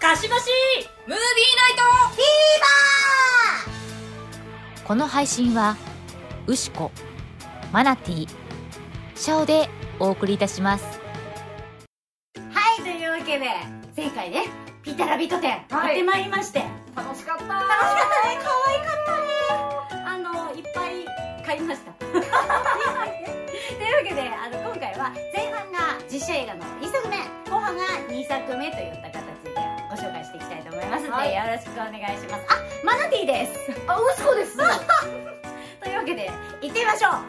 かしばしムービーナイトフィーこの配信はウシコマナティシャオでお送りいたしますいはいというわけで前回ねピタラビット展やはいってまいりまして、バー楽しかった楽しかったね可愛かったねあのいっぱい買い ましたというわけであの今回は前半が実写映画の1作目後半が2作目といった形でご紹介していきたいと思いますので、はいよろしくお願いしますあマナティーですあウシコです というわけで行ってみましょうは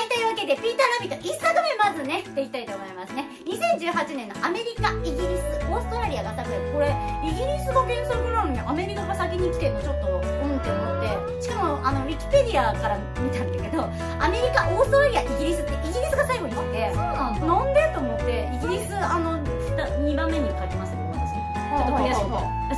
いというわけで「ピーター・ラビット」1作目まずねっていきたいと思いますね2018年のアメリカイギリスオーストラリアが作でこれイギリスが原作なのにアメリカが先に来てるのちょっとうんって思ってしかもあのウィキペディアから見たんだけどアメリカオーストラリアイギリスってイギリスが最後に来てなんでと思ってイギリスあの2番目に書きましたけど私ちょっと悔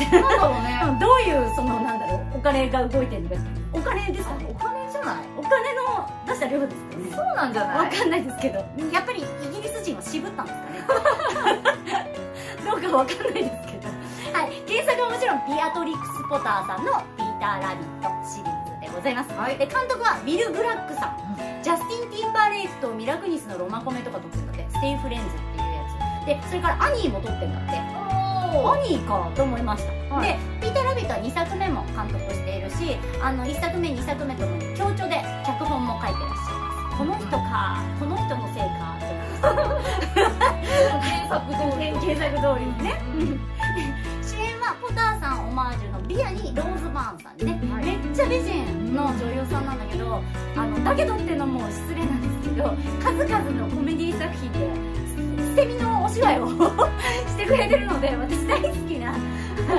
しくてなんだろうねうんどういうそのなんだろうお金が動いてるのかお金ですかねお金じゃないお金の出した量ですかねそうなんじゃわないかんないですけどやっぱりイギリス人は渋ったんですかね どうかわかんないですけどはい原作はもちろんビアトリックス・ポターさんの「ピーター・ラビット」シリーズでございます、はいで監督はウィル・ブラックさん、ジャスティン・ティンバーレイクとミラクニスのロマコメとか撮ってたってステイ・フレンズっていうやつでそれからアニーも撮ってんだっておオニーかと思いました、はいで「ピーター・ラビット」は2作目も監督しているしあの1作目2作目ともに強調で脚本も書いてらっしゃいますこの人かこの人のせいかと思いました原作通りに原作通りねうん主演はポターさんオマージュのビアにローズバーンさんでね、はいめっちゃ美人の女優さんなんだけどあのだけどってのも失礼なんですけど数々のコメディ作品で捨て身のお芝居を してくれてるので私大好きな、は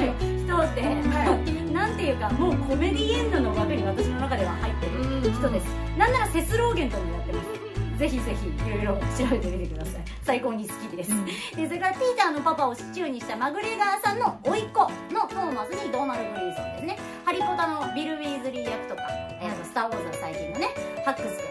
い、人で、なんていうかもうコメディエンドの枠に私の中では入ってる人ですなんならセスローゲンともやってますぜひぜひいろいろ調べてみてください最高に好きですでそれからピーターのパパをシチューにしたマグレガーさんの甥っ子のトーマスにドーナルド・グリーソンですね「ハリポタ」のビル・ウィーズリー役とか「えーとスター・ウォーズ」の最近のねハックス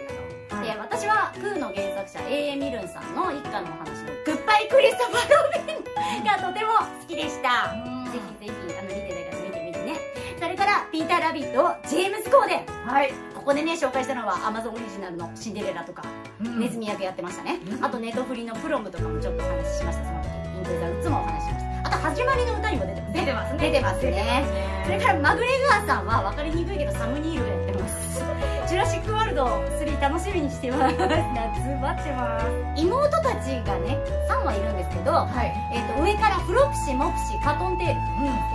君など、で私はクーの原作者 A.A. ミルンさんの一家のお話の「グッバイ・クリストファー・ロビン」がとても好きでしたぜひぜひあの見てない方見てみてねそれからピーター・ラビットをジェームズ・コーデンはいここでね紹介したのはアマゾンオリジナルの「シンデレラ」とかネズミ役やってましたね、あとネトフリのプロムとかもちょっとお話ししましたその時インクザルッツもお話ししましたあと始まりの歌にも出てます出てますね出てますねそれからマグレガーさんは分かりにくいけどサム・ニールをやってますジュラシック・ワールド3楽しみにしてます夏待ってます妹たちがね3羽いるんですけど、はいえー、と上からフロプシモプシカトンテールうんけ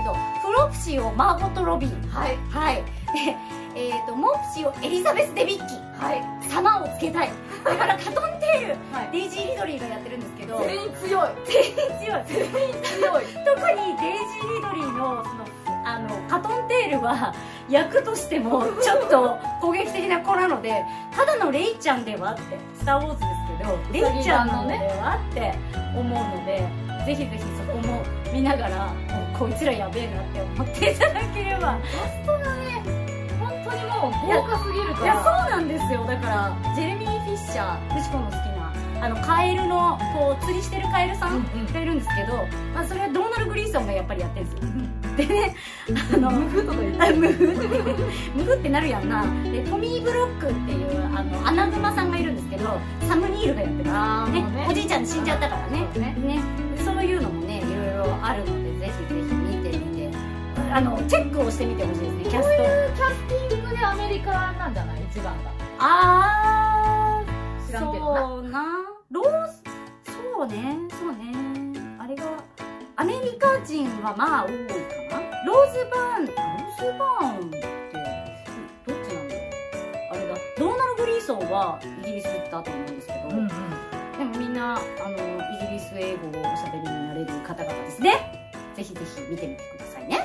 どフロプシーをマーゴット・ロビンはいはいでえー、とモプシーをエリザベス・デビッキはい様をつけたいだからカトンテール、はいデイジー・リドリーがやってるんですけど全員強い強い特にデイジ強いー・リドリーのそのあのカトンテールは役としてもちょっと攻撃的な子なのでただのレイちゃんではって「スター・ウォーズ」ですけどレイちゃんなのではって思うのでぜひぜひそこも見ながらこいつらやべえなって思っていただければ本当にもう豪華すぎるいかやそうらなんですよだからジェレミー・フィッシャー藤子の好きなあのカエルのこう釣りしてるカエルさんうんうんがいるんですけど、まあ、それはドーナル・グリーソンがやっぱりやってるんですよ でねあのムフとか言 ってムフムフってなるやんなでトミー・ブロックっていうあのアナグマさんがいるんですけどサム・ニールがやってあますーねもうねおじいちゃん死んじゃったからねそうねねそういうのもねいろいろあるのでぜひぜひ見てみてあのチェックをしてみてほしいですねキャストキャスティングでアメリカなんじゃない一番があー知らんけどなそうなロースそうねそうねあれがアメリカ人はまあ多いかなローズバーンあローズバーンってどっちなんだろうあれだドーナル・グリーソンはイギリス行ったと思うんですけど、でもみんなあのイギリス英語をおしゃべりになれる方々ですねぜひぜひ見てみてくださいね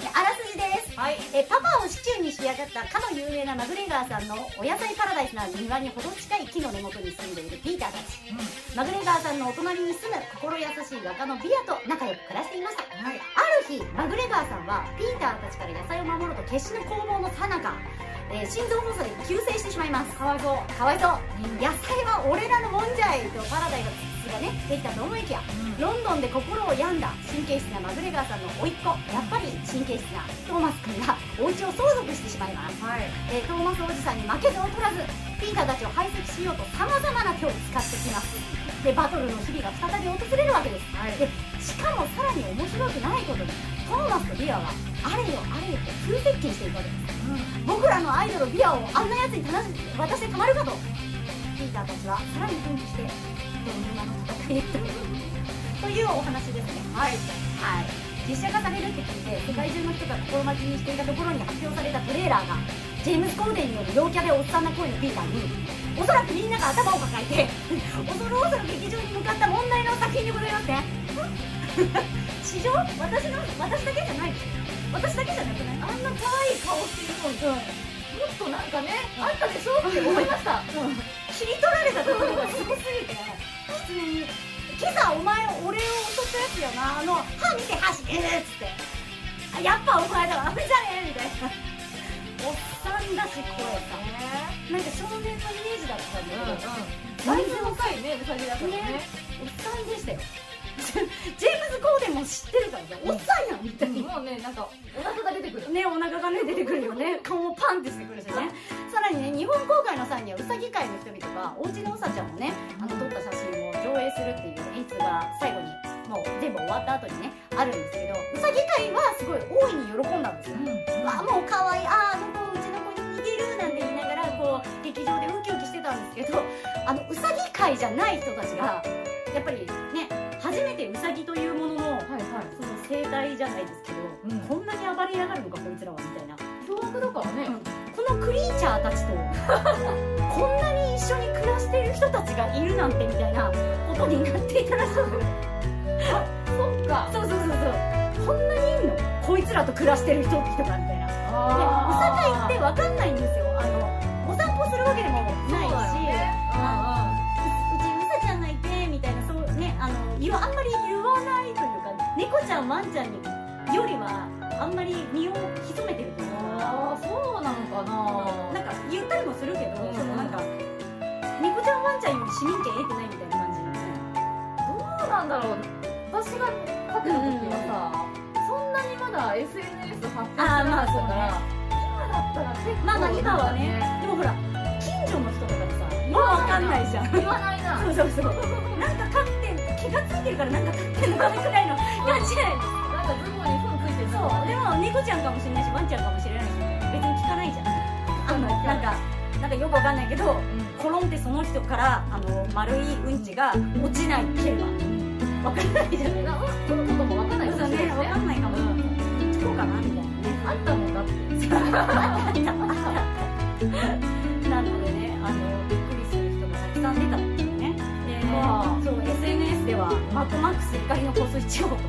であらすじですはいえパパをシチューに仕上がったかの有名なマグレガーさんのお野菜パラダイスな庭にほど近い木の根元に住んでいるピーターたち、マグレガーさんのお隣に住む心優しい画家のビアと仲良く暮らしていました、ある日マグレガーさんはピーターたちから野菜を守ろうと決死の攻防のさなか、えー心臓発作で急性してしまいますかわいそうかわいそう野菜は俺らのもんじゃいとパラダイががねできたと思いきやロンドンで心を病んだ神経質なマグレガーさんの甥っ子やっぱり神経質なトーマス君がお家を相続してしまいますはいえートーマスおじさんに負けず劣らずピーターたちを排斥しようとさまざまな手を使ってきますでバトルの日々が再び訪れるわけです、はいでしかもさらに面白くないことにトーマスとビアはあれよあれよと急接近していくわけです、僕らのアイドルビアをあんなやつにたな渡してたまるかとピーターたちはさらに奮起してドミニアの戦いへとというお話ですねはい、はい、実写化されるって聞いて世界中の人が心待ちにしていたところに発表されたトレーラーがジェームス・コーデンによる陽キャでおっさんな声のピーターにおそらくみんなが頭を抱えて恐る恐る劇場に向かった問題の作品でございますね 史上私の私だけじゃない私だけじゃなくないあんな可愛い顔してるのに、もっとなんかねあんたでしょって思いました、切り取られたところがすごすぎてきつねに「今朝お前俺を落としたやつよなあの歯見て歯しえーっつってあ「やっぱお前だわあれじゃねえ」みたいな。おっさんだし声さなんか少年のイメージだったんだけど、だいぶ若いね、うさぎだからねね。おっさんでしたよ ジェームズ・コーデンも知ってるからさおっさんやんみたいなもうね、なんか、お腹が出てくる。ねお腹がね出てくるよね顔もパンってしてくるしねさらにね日本公開の際にはうさぎ界の人々がおうちのうさちゃんをねあの撮った写真を上映するっていう演出が最後にもう全部終わった後にねあるんですけどうさぎ界はすごい大いに喜んだんですよ、あもう可愛いああの子うちの子に似てるなんて言いながらこう劇場でウキウキしてたんですけどあのうさぎ界じゃない人たちがやっぱりね初めてうさぎというもののはいはその生態じゃないですけど、うん。こんなに暴れやがるのかこいつらはみたいない凶悪だからね。このクリーチャーたちと こんなに一緒に暮らしている人たちがいるなんてみたいなことになっていたらしいそっか。そうそうそうそうこんなにいんのこいつらと暮らしてる人々がみたいなでおあ酒行ってわかんないんですよあのお散歩するわけでもないしそうだよねあうちうさちゃんがいてみたいなそうねあの言わあんまり言わないというか猫ちゃんワンちゃんによりはあんまり身を潜めてるというかあー、そうなのかななんか言ったりもするけど、うんそのなんか猫ちゃんワンちゃんより市民権得てないみたいな感じなんでそうなんだろう。私が勝てた時はさ、そんなにまだ SNS 発展してなかったから、今だったら結構。まあまあ今はねでもほら近所の人とかさ今わかんないじゃん言わない な。そうそうそうなんか飼って気がついてるからなんか飼ってんのかなくらいの感じでなんかズボンに糞ついてるそうでも猫ちゃんかもしれないしワンちゃんかもしれないし別に聞かないじゃんあのなんかなんかよくわかんないけどコロンってその人からあの丸いうんちが落ちないければわかんないじゃんなうん、来ることもわかんないそうだしねわかんないかも聞こうかなみたいなねあったもんだって。なのでね、あのびっくりする人がたくさん出たんですよね。えまあそう SNS ではマッドマックス怒りの香水地方とか、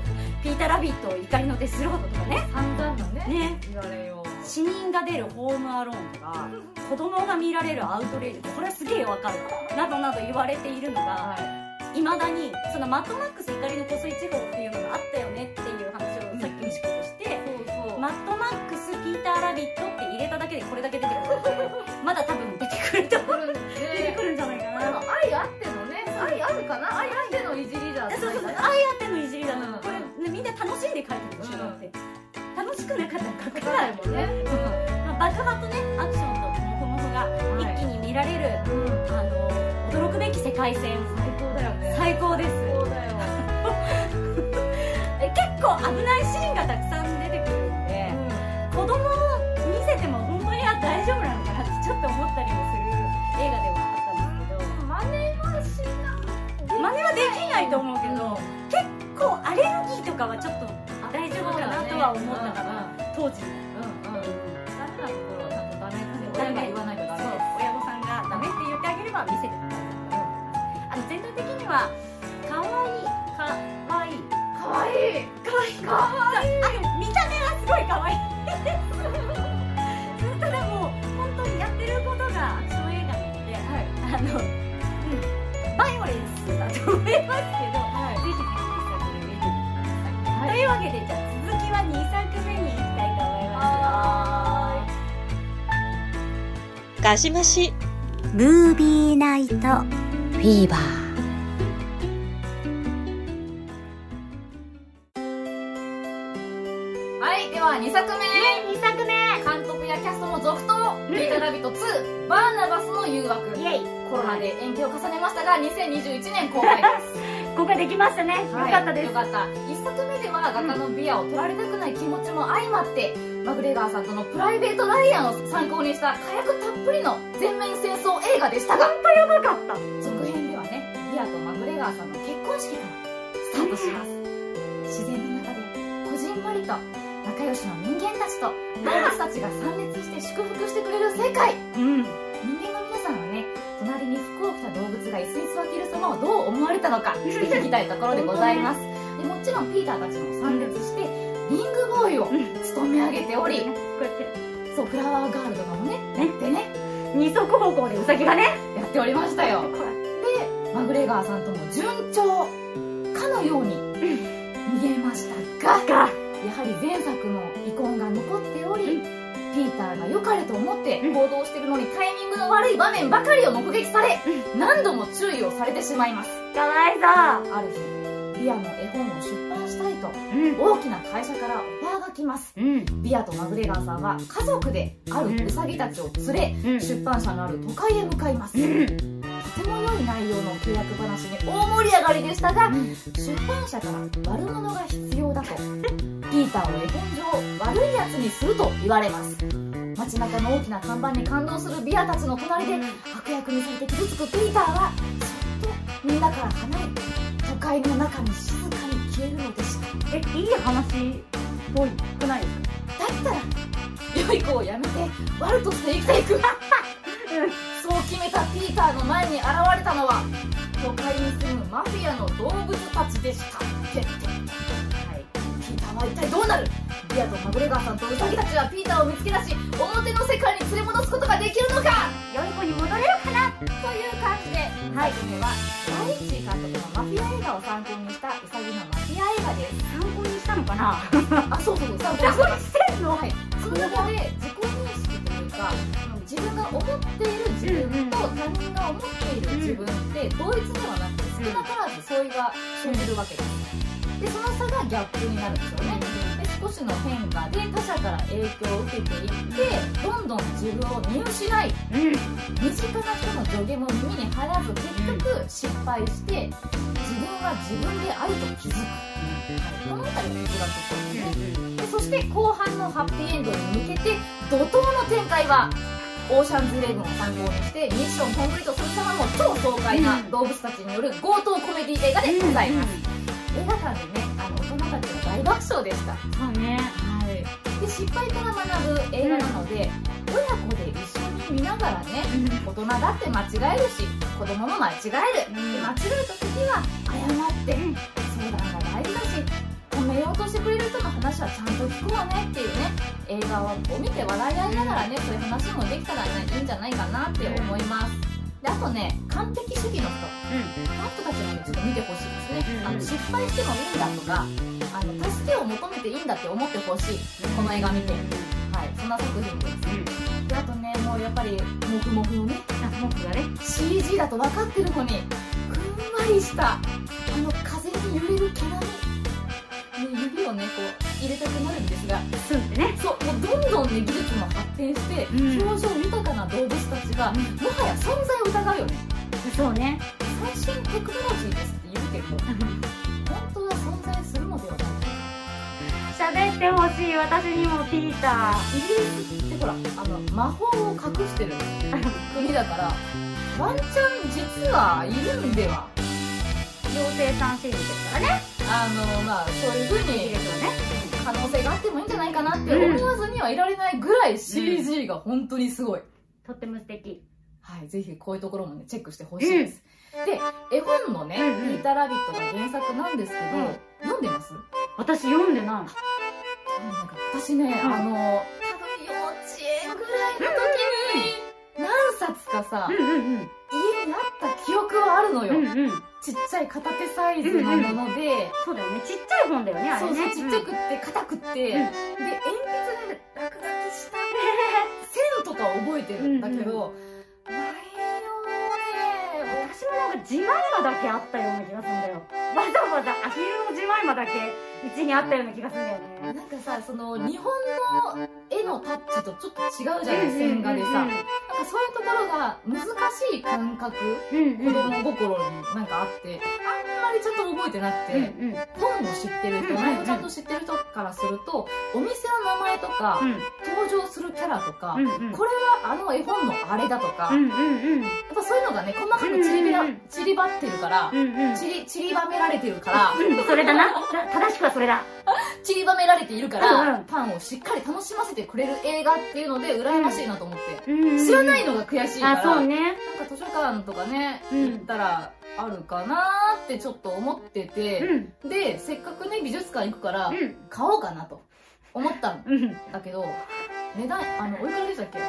ピーターラビット怒りのデスロードとかね、散々だね。ね、言われよう。死人が出るホームアローンとか、子供が見られるアウトレイジ、これはすげえわかる。などなど言われているのが、はいまだにそのマッドマックス怒りの香水地方っていうのがあったよねっていう話をさっき石子として。い。そうそう。マッドマックスピーター・ラビットって入れただけでこれだけ出てくるの でまだ多分出てくると思う来る出んてでく。るんじゃないかでもな愛あってのね、愛あるかな愛あってのいじりだったそうそうそう愛あってのいじりだな、うんこれ、ね、みんな楽しんで書いてるでしょ、だうんって楽しくなかったら書書かかなないいもんもんねね。、まあ、バカバとねアクションとモフモフがはい一気に見られる、うん。うん。あの驚くべき世界線最高だよね。最高です高だよ。え結構危ないシーンがたくさん出てくるんで、子供を見せても本当には大丈夫なのかなってちょっと思ったりもする映画ではあったんですけ真似はしどな真似はできないと思うけど、結構アレルギーとかはちょっと大丈夫かなとは思ったかな、当時い。うんうん。ダメなところはちゃんとダメって親が言わないとダメそう。親御さんがダメって言ってあげれば見せてくださいあの全体的には可愛い可愛い可愛い。可愛い可愛いあの見た目はすごい可愛い ただもう本当にやってることがアクション映画なのであはい。の、うん、バイオレンスだと思いますけど、はいぜひぜひ一作目見てください。というわけで、じゃあ続きは2作目に行きたいと思います。ガシマシフィーバーは2作目2作目監督やキャストも続投ん映画ラビット2バーナバスの誘惑イエイコロナで延期を重ねましたが2021年公開です公開できましたね、はいよかったですよかった1作目では画家のビアを取られたくない気持ちも相まって、マグレガーさんとのプライベート・ライアンを参考にした火薬たっぷりの全面戦争映画でしたがよかった続編ではねビアとマグレガーさんの結婚式からスタートします自然の中でこじんまりと仲良しの人間たちと動物たちが参列して祝福してくれる世界うん人間の皆さんはね隣に服を着た動物が椅子に座っている様をどう思われたのかちょっと聞きたいところでございますでもちろんピーターたちも参列してリングボーイを務め上げておりこうやってそうフラワーガールとかもねねでね二足歩行でウサギがねやっておりましたよでマグレガーさんとも順調かのように見えましたががやはり前作の遺恨が残っており、うんピーターが良かれと思ってうん行動してるのにタイミングの悪い場面ばかりを目撃され、何度も注意をされてしまいます。かわいそある日、ビアの絵本を出版したいと、ううん大きな会社からオファーが来ます。うんビアとマグレガーさんは家族であるウサギたちを連うれ、出版社のある都会へ向かいます。とても良い内容の契約話に大盛り上がりでしたが、出版社から悪者が必要だとピーターを絵本上悪いやつにすると言われます街中の大きな看板に感動するビアたちの隣で悪役にされて傷つくピーターはそっとみんなから離れ都会の中に静かに消えるのでしたえいい話っぽいくないですだったら良い子をやめて悪として生きていく そう決めたピーターの前に現れたのは都会に住むマフィアの動物たちでした決定はいピーターは一体どうなるビアとマグレガーさんとウサギたちはピーターを見つけ出し表の世界に連れ戻すことができるのかか良い子に戻れるかなという感じではいこれは第一監督のマフィア映画を参考にしたウサギのマフィア映画です参考にしたのかなあそうそうそう参考に参して考にしますてんのはい、その中で自己認識というか自分が思っている自分と他人が思っている自分って同一ではなくて少なからず相違が生じるわけですでその差がギャップになるんですよねで少しの変化で他者から影響を受けていってどんどん自分を見失いうん身近な人の助言も耳に入らず結局失敗して自分は自分であると気づく、はい、この辺りが哲学的ですねでそして後半のハッピーエンドに向けて怒涛の展開はオーシャンズイレブンを参考にしてミッションコンプリートする様も超爽快な動物たちによる強盗コメディ映画でございます、映画館でねあの大人たちが大爆笑でした、そうねはい、で失敗から学ぶ映画なので、親子で一緒に見ながらね大人だって間違えるし子供も間違える、うんで間違えた時は謝って、うん相談が大事だし褒めようとしてくれる人の話はちゃんと聞くわねっていうね映画を見て笑い合いながらねそういう話もできたらねいいんじゃないかなって思いますであとね完璧主義の人この人たちもねちょっと見てほしいですね、うんあの失敗してもいいんだとかあの助けを求めていいんだって思ってほしいこの映画見て、はい、そんな作品ですであとねもうやっぱりモフモフのねあ文句がね CG だと分かってるのにふんわりしたあの風に揺れる毛並みね指をねこう入れたくなるんですがすんってねそうもうどんどんね技術も発展して、うん表情豊かな動物たちが、もはや存在を疑うよねそうね最新テクノロジーですって言うけど本当は存在するのではないか喋ってほしい私にもピータイギリスってほらあの魔法を隠してる国だからワンチャン実はいるんではー妖精さんシリーズですからねあのまあそういうふういいにですよね可能性があってもいいんじゃないかなって思わずにはいられないぐらい CG が本当にすごい。とっても素敵はい、ぜひこういうところもね、チェックしてほしいです。で、絵本のね、ピうんうんーター・ラビットが原作なんですけど、うん読んでます私読んでないなんか私ね、うんあの、多分幼稚園ぐらいの時に、何冊かさ、うんうん家にあった記憶はあるのよ。うんうんちっちゃい片手サイズのもので、そうだよねちっちゃい本だよねあそれうそう、ねちっちゃくって、硬くって、で、鉛筆で落書きした 線とかは覚えてるんだけど、内容ね、私もなんか自前歯だけあったような気がするんだよわざわざアヒルの自前歯だけうちにあったような気がするんだよねなんかさその日本の絵のタッチとちょっと違うじゃないうん線画でさうなんんかそういうところが難しい感覚うん子供心になんかあってあんまりちゃんと覚えてなくてうんうん本を知ってるうん人内容ちゃんと知ってる人からするとお店の名前とか登場するキャラとかうんうんこれはあの絵本のあれだとかうやっんうんぱそういうのがね細かく散りびらうんうん散りばってるからうんうん散り散りばめられてるからうんそれだなた正しくはそれだ散りばめられているかうんうらんファンをしっかり楽しませてくれる映画っていうので羨ましいなと思って知知らないのが悔しいかあらそうなんかね図書館とかねうん行ったらあるかなーってちょっと思ってうてんでせっかくね美術館行くからうん買おうかなと思ったんうんだけど値段あのおいくらでしたっけ3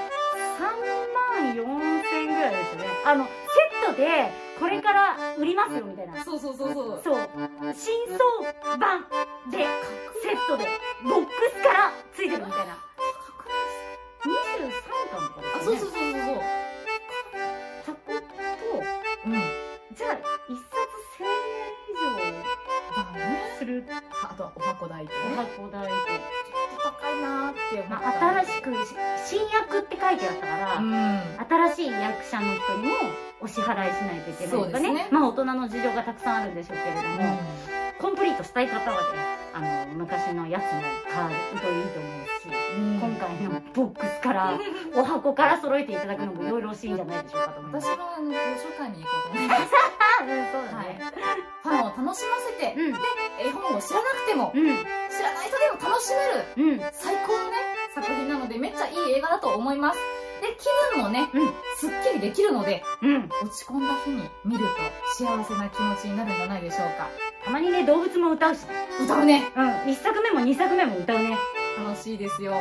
万4千ぐらいですよねあのセットでこれから売りますよみたいなそうそうそうそうそう新装版でセットでボックスからついてるみたいな23巻とかですよねあそうそうそうそうそう箱とうんだじゃあ一冊1000円以からね上するあとはお箱代とおね箱代と、高いなーって思まっあ、た新しくし新役って書いてあったから、うん新しい役者の人にもお支払いしないといけないとそかうねですねまあ大人の事情がたくさんあるんでしょうけれども、コンプリートしたい方はねあの昔のやつも買うといいと思うし、うん今回のボックスからお箱から揃えていただくのもいろいろ惜しいんじゃないでしょうかと思いま私すはあの図書館に行こうと思いますあうんそうだはいね、ファンを楽しませて絵本を知らなくてもうん知らない人でも楽しめうんるうん最高のね作品なのでめっちゃいい映画だと思いますで気分もね、うんすっきりできるのでうん落ち込んだ日に見ると幸せな気持ちになるんじゃないでしょうかたまにね動物も歌うし、歌うねうん、1作目も2作目も歌うね楽しいですよぜ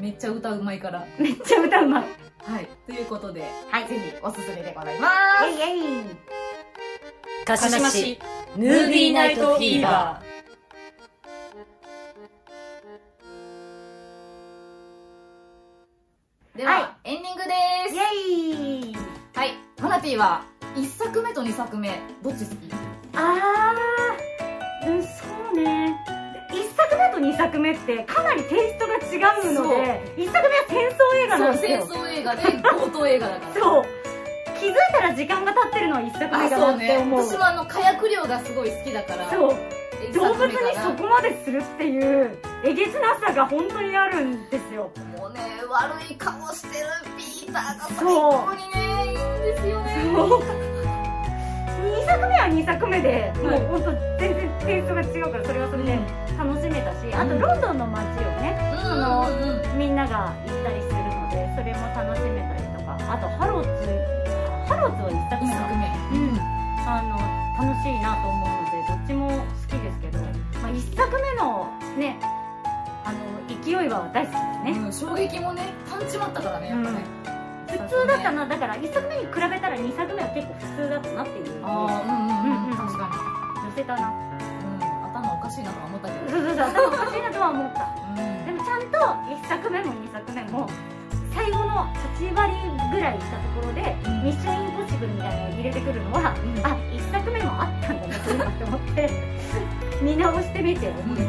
めっちゃ歌うまいからひぜひめっちゃ歌うまいはいということではいぜひおすすめでございますイエイイエイかしましムービーナイトフィーバー。では、はエンディングでイエイすはいマナティは1作目と2作目どっち好きあーうんそうね1作目と2作目ってかなりテイストが違うので1作目は戦争映画なんです戦よ争映画で強盗映画だから そう気づいたら時間が経ってるのは1作あ目だそなうっねて思う私もあの火薬量がすごい好きだからそう一動物作目かになそこまでするっていうえげつなさが本当にあるんですよもうね悪い顔してるピーターが最そう高にねいいんですよね2作目は2作目で、はいもう本当全然テイストが違うからそれはそれで楽しめたし、あとロンドンの街をねうんうんうんみんなが行ったりするのでそれも楽しめたりとかあとハローズハローズは1作目一か作な目うんあの楽しいなと思うのでどっちも好きですけど、まあ、1作目のねあの勢いは大好きですね、うん衝撃もねパンチもあったからねやっぱね、普通だったなだから1作目に比べたら2作目は結構普通だったなっていう寄ああうんうんううんん、うん確かせたなに、うん、頭おかしいなとは思ったけそうそど、うそう頭おかしいなとは思ったでうもちゃんと1作目も2作目も最後の8割ぐらいいったところで「ミッションインポッシブル」みたいなのを入れてくるのは、うんあ1作目もあったんだなそういうのって思って見直してみて思んい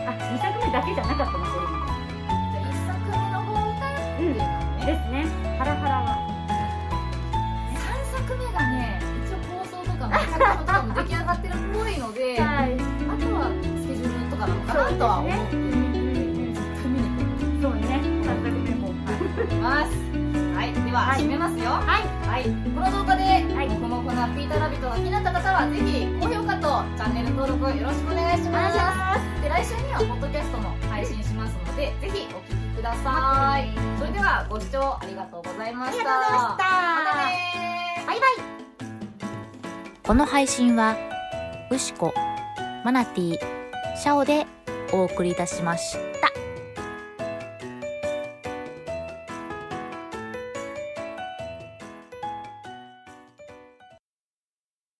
ましたあ2作目だけじゃなかったなそういうのじゃあ一作目の方がいいっていうのはでねすねハラハラは三作目がね一応構想とかも脚本とかも出来上がってるっぽいのであいと はスケジュールとかなのかなとは思って絶対見に行こうそうね3作目もます。はい、では、はい締めますよ。はいはい、この動画で、いもこもこなピーターラビットが気になった方は、ぜひ高評価とチャンネル登録よろしくお願いしお願まいすし。ますで、来週にはポッドキャストも配信しますので、ぜひお聞きください。それでは、ご視聴ありがとうございまあしりた。がとうございましたまたねーバイバイこの配信はウシコマナティシャオでお送りいたしました